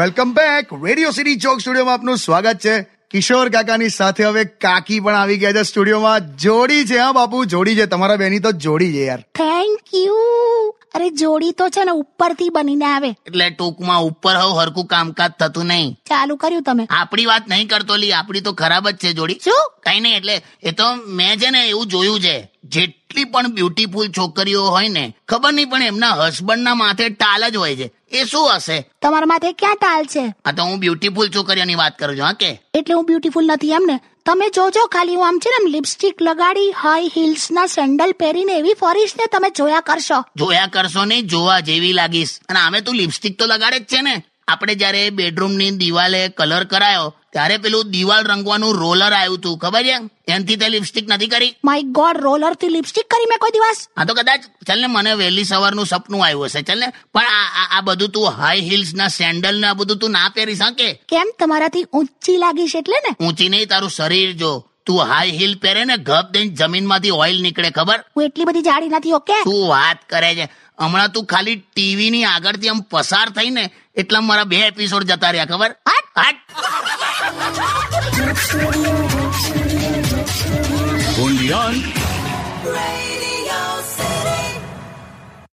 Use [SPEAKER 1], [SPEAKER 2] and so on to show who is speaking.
[SPEAKER 1] Welcome back radio city ચોક સ્ટુડિયોમાં આપનું સ્વાગત છે કિશોર કાકાની સાથે હવે કાકી પણ આવી ગયા છે સ્ટુડિયોમાં જોડી છે હા બાપુ જોડી છે તમારા બેની તો જોડી છે યાર
[SPEAKER 2] થેન્ક યુ અરે જોડી તો છે ને ઉપરથી બનીને આવે
[SPEAKER 3] એટલે ટૂંકમાં ઉપર હોવ હરખું કામકાજ થતું નહીં
[SPEAKER 2] ચાલુ કર્યું તમે
[SPEAKER 3] આપણી વાત નહીં કરતો લી આપણી તો ખરાબ જ છે જોડી
[SPEAKER 2] શું?
[SPEAKER 3] કઈ નહીં એટલે એ તો મેં છે ને એવું જોયું છે જેટલી પણ બ્યુટીફુલ છોકરીઓ હોય ને ખબર નહીં પણ એમના હસબન્ડના માથે ટાલ જ હોય છે એ શું હશે
[SPEAKER 2] તમારા માથે ક્યાં ટાલ છે
[SPEAKER 3] આ તો હું બ્યુટીફુલ છોકરીઓની વાત કરું છું હા કે
[SPEAKER 2] એટલે હું બ્યુટીફુલ નથી એમ ને તમે જોજો ખાલી હું આમ છે ને આમ લિપસ્ટિક લગાડી હાઈ હીલ્સ ના સેન્ડલ પહેરીને એવી ફોરીશ ને તમે જોયા કરશો
[SPEAKER 3] જોયા કરશો નહીં જોવા જેવી લાગીશ અને આમે તું લિપસ્ટિક તો લગાડે જ છે ને આપણે જ્યારે બેડરૂમની દિવાલે કલર કરાયો ત્યારે પેલું દિવાલ રંગવાનું રોલર આવ્યું તું ખબર છે એનથી તે લિપસ્ટિક નથી કરી
[SPEAKER 2] માય ગોડ રોલર થી લિપસ્ટિક કરી મેં કોઈ દિવસ
[SPEAKER 3] હા તો કદાચ ચાલ ને મને વહેલી સવારનું સપનું આવ્યું હશે ચાલ ને પણ આ આ- આ બધું તું હાઈ હીલ્સ ના સેન્ડલ ને આ બધું તું ના પહેરી શકે
[SPEAKER 2] કેમ તમારાથી ઊંચી લાગીશ એટલે ને
[SPEAKER 3] ઊંચી નહીં તારું શરીર જો તું હાઈ હીલ પહેરે ને ગપ દઈને જમીનમાંથી ઓઇલ નીકળે ખબર
[SPEAKER 2] હું એટલી બધી જાડી નથી ઓકે
[SPEAKER 3] શું વાત કરે છે હમણાં તું ખાલી ટીવી ની આગળથી આમ પસાર થઈ ને એટલા મારા બે એપિસોડ જતા રહ્યા ખબર
[SPEAKER 2] હટ!
[SPEAKER 3] હટ!
[SPEAKER 4] only on
[SPEAKER 5] Radio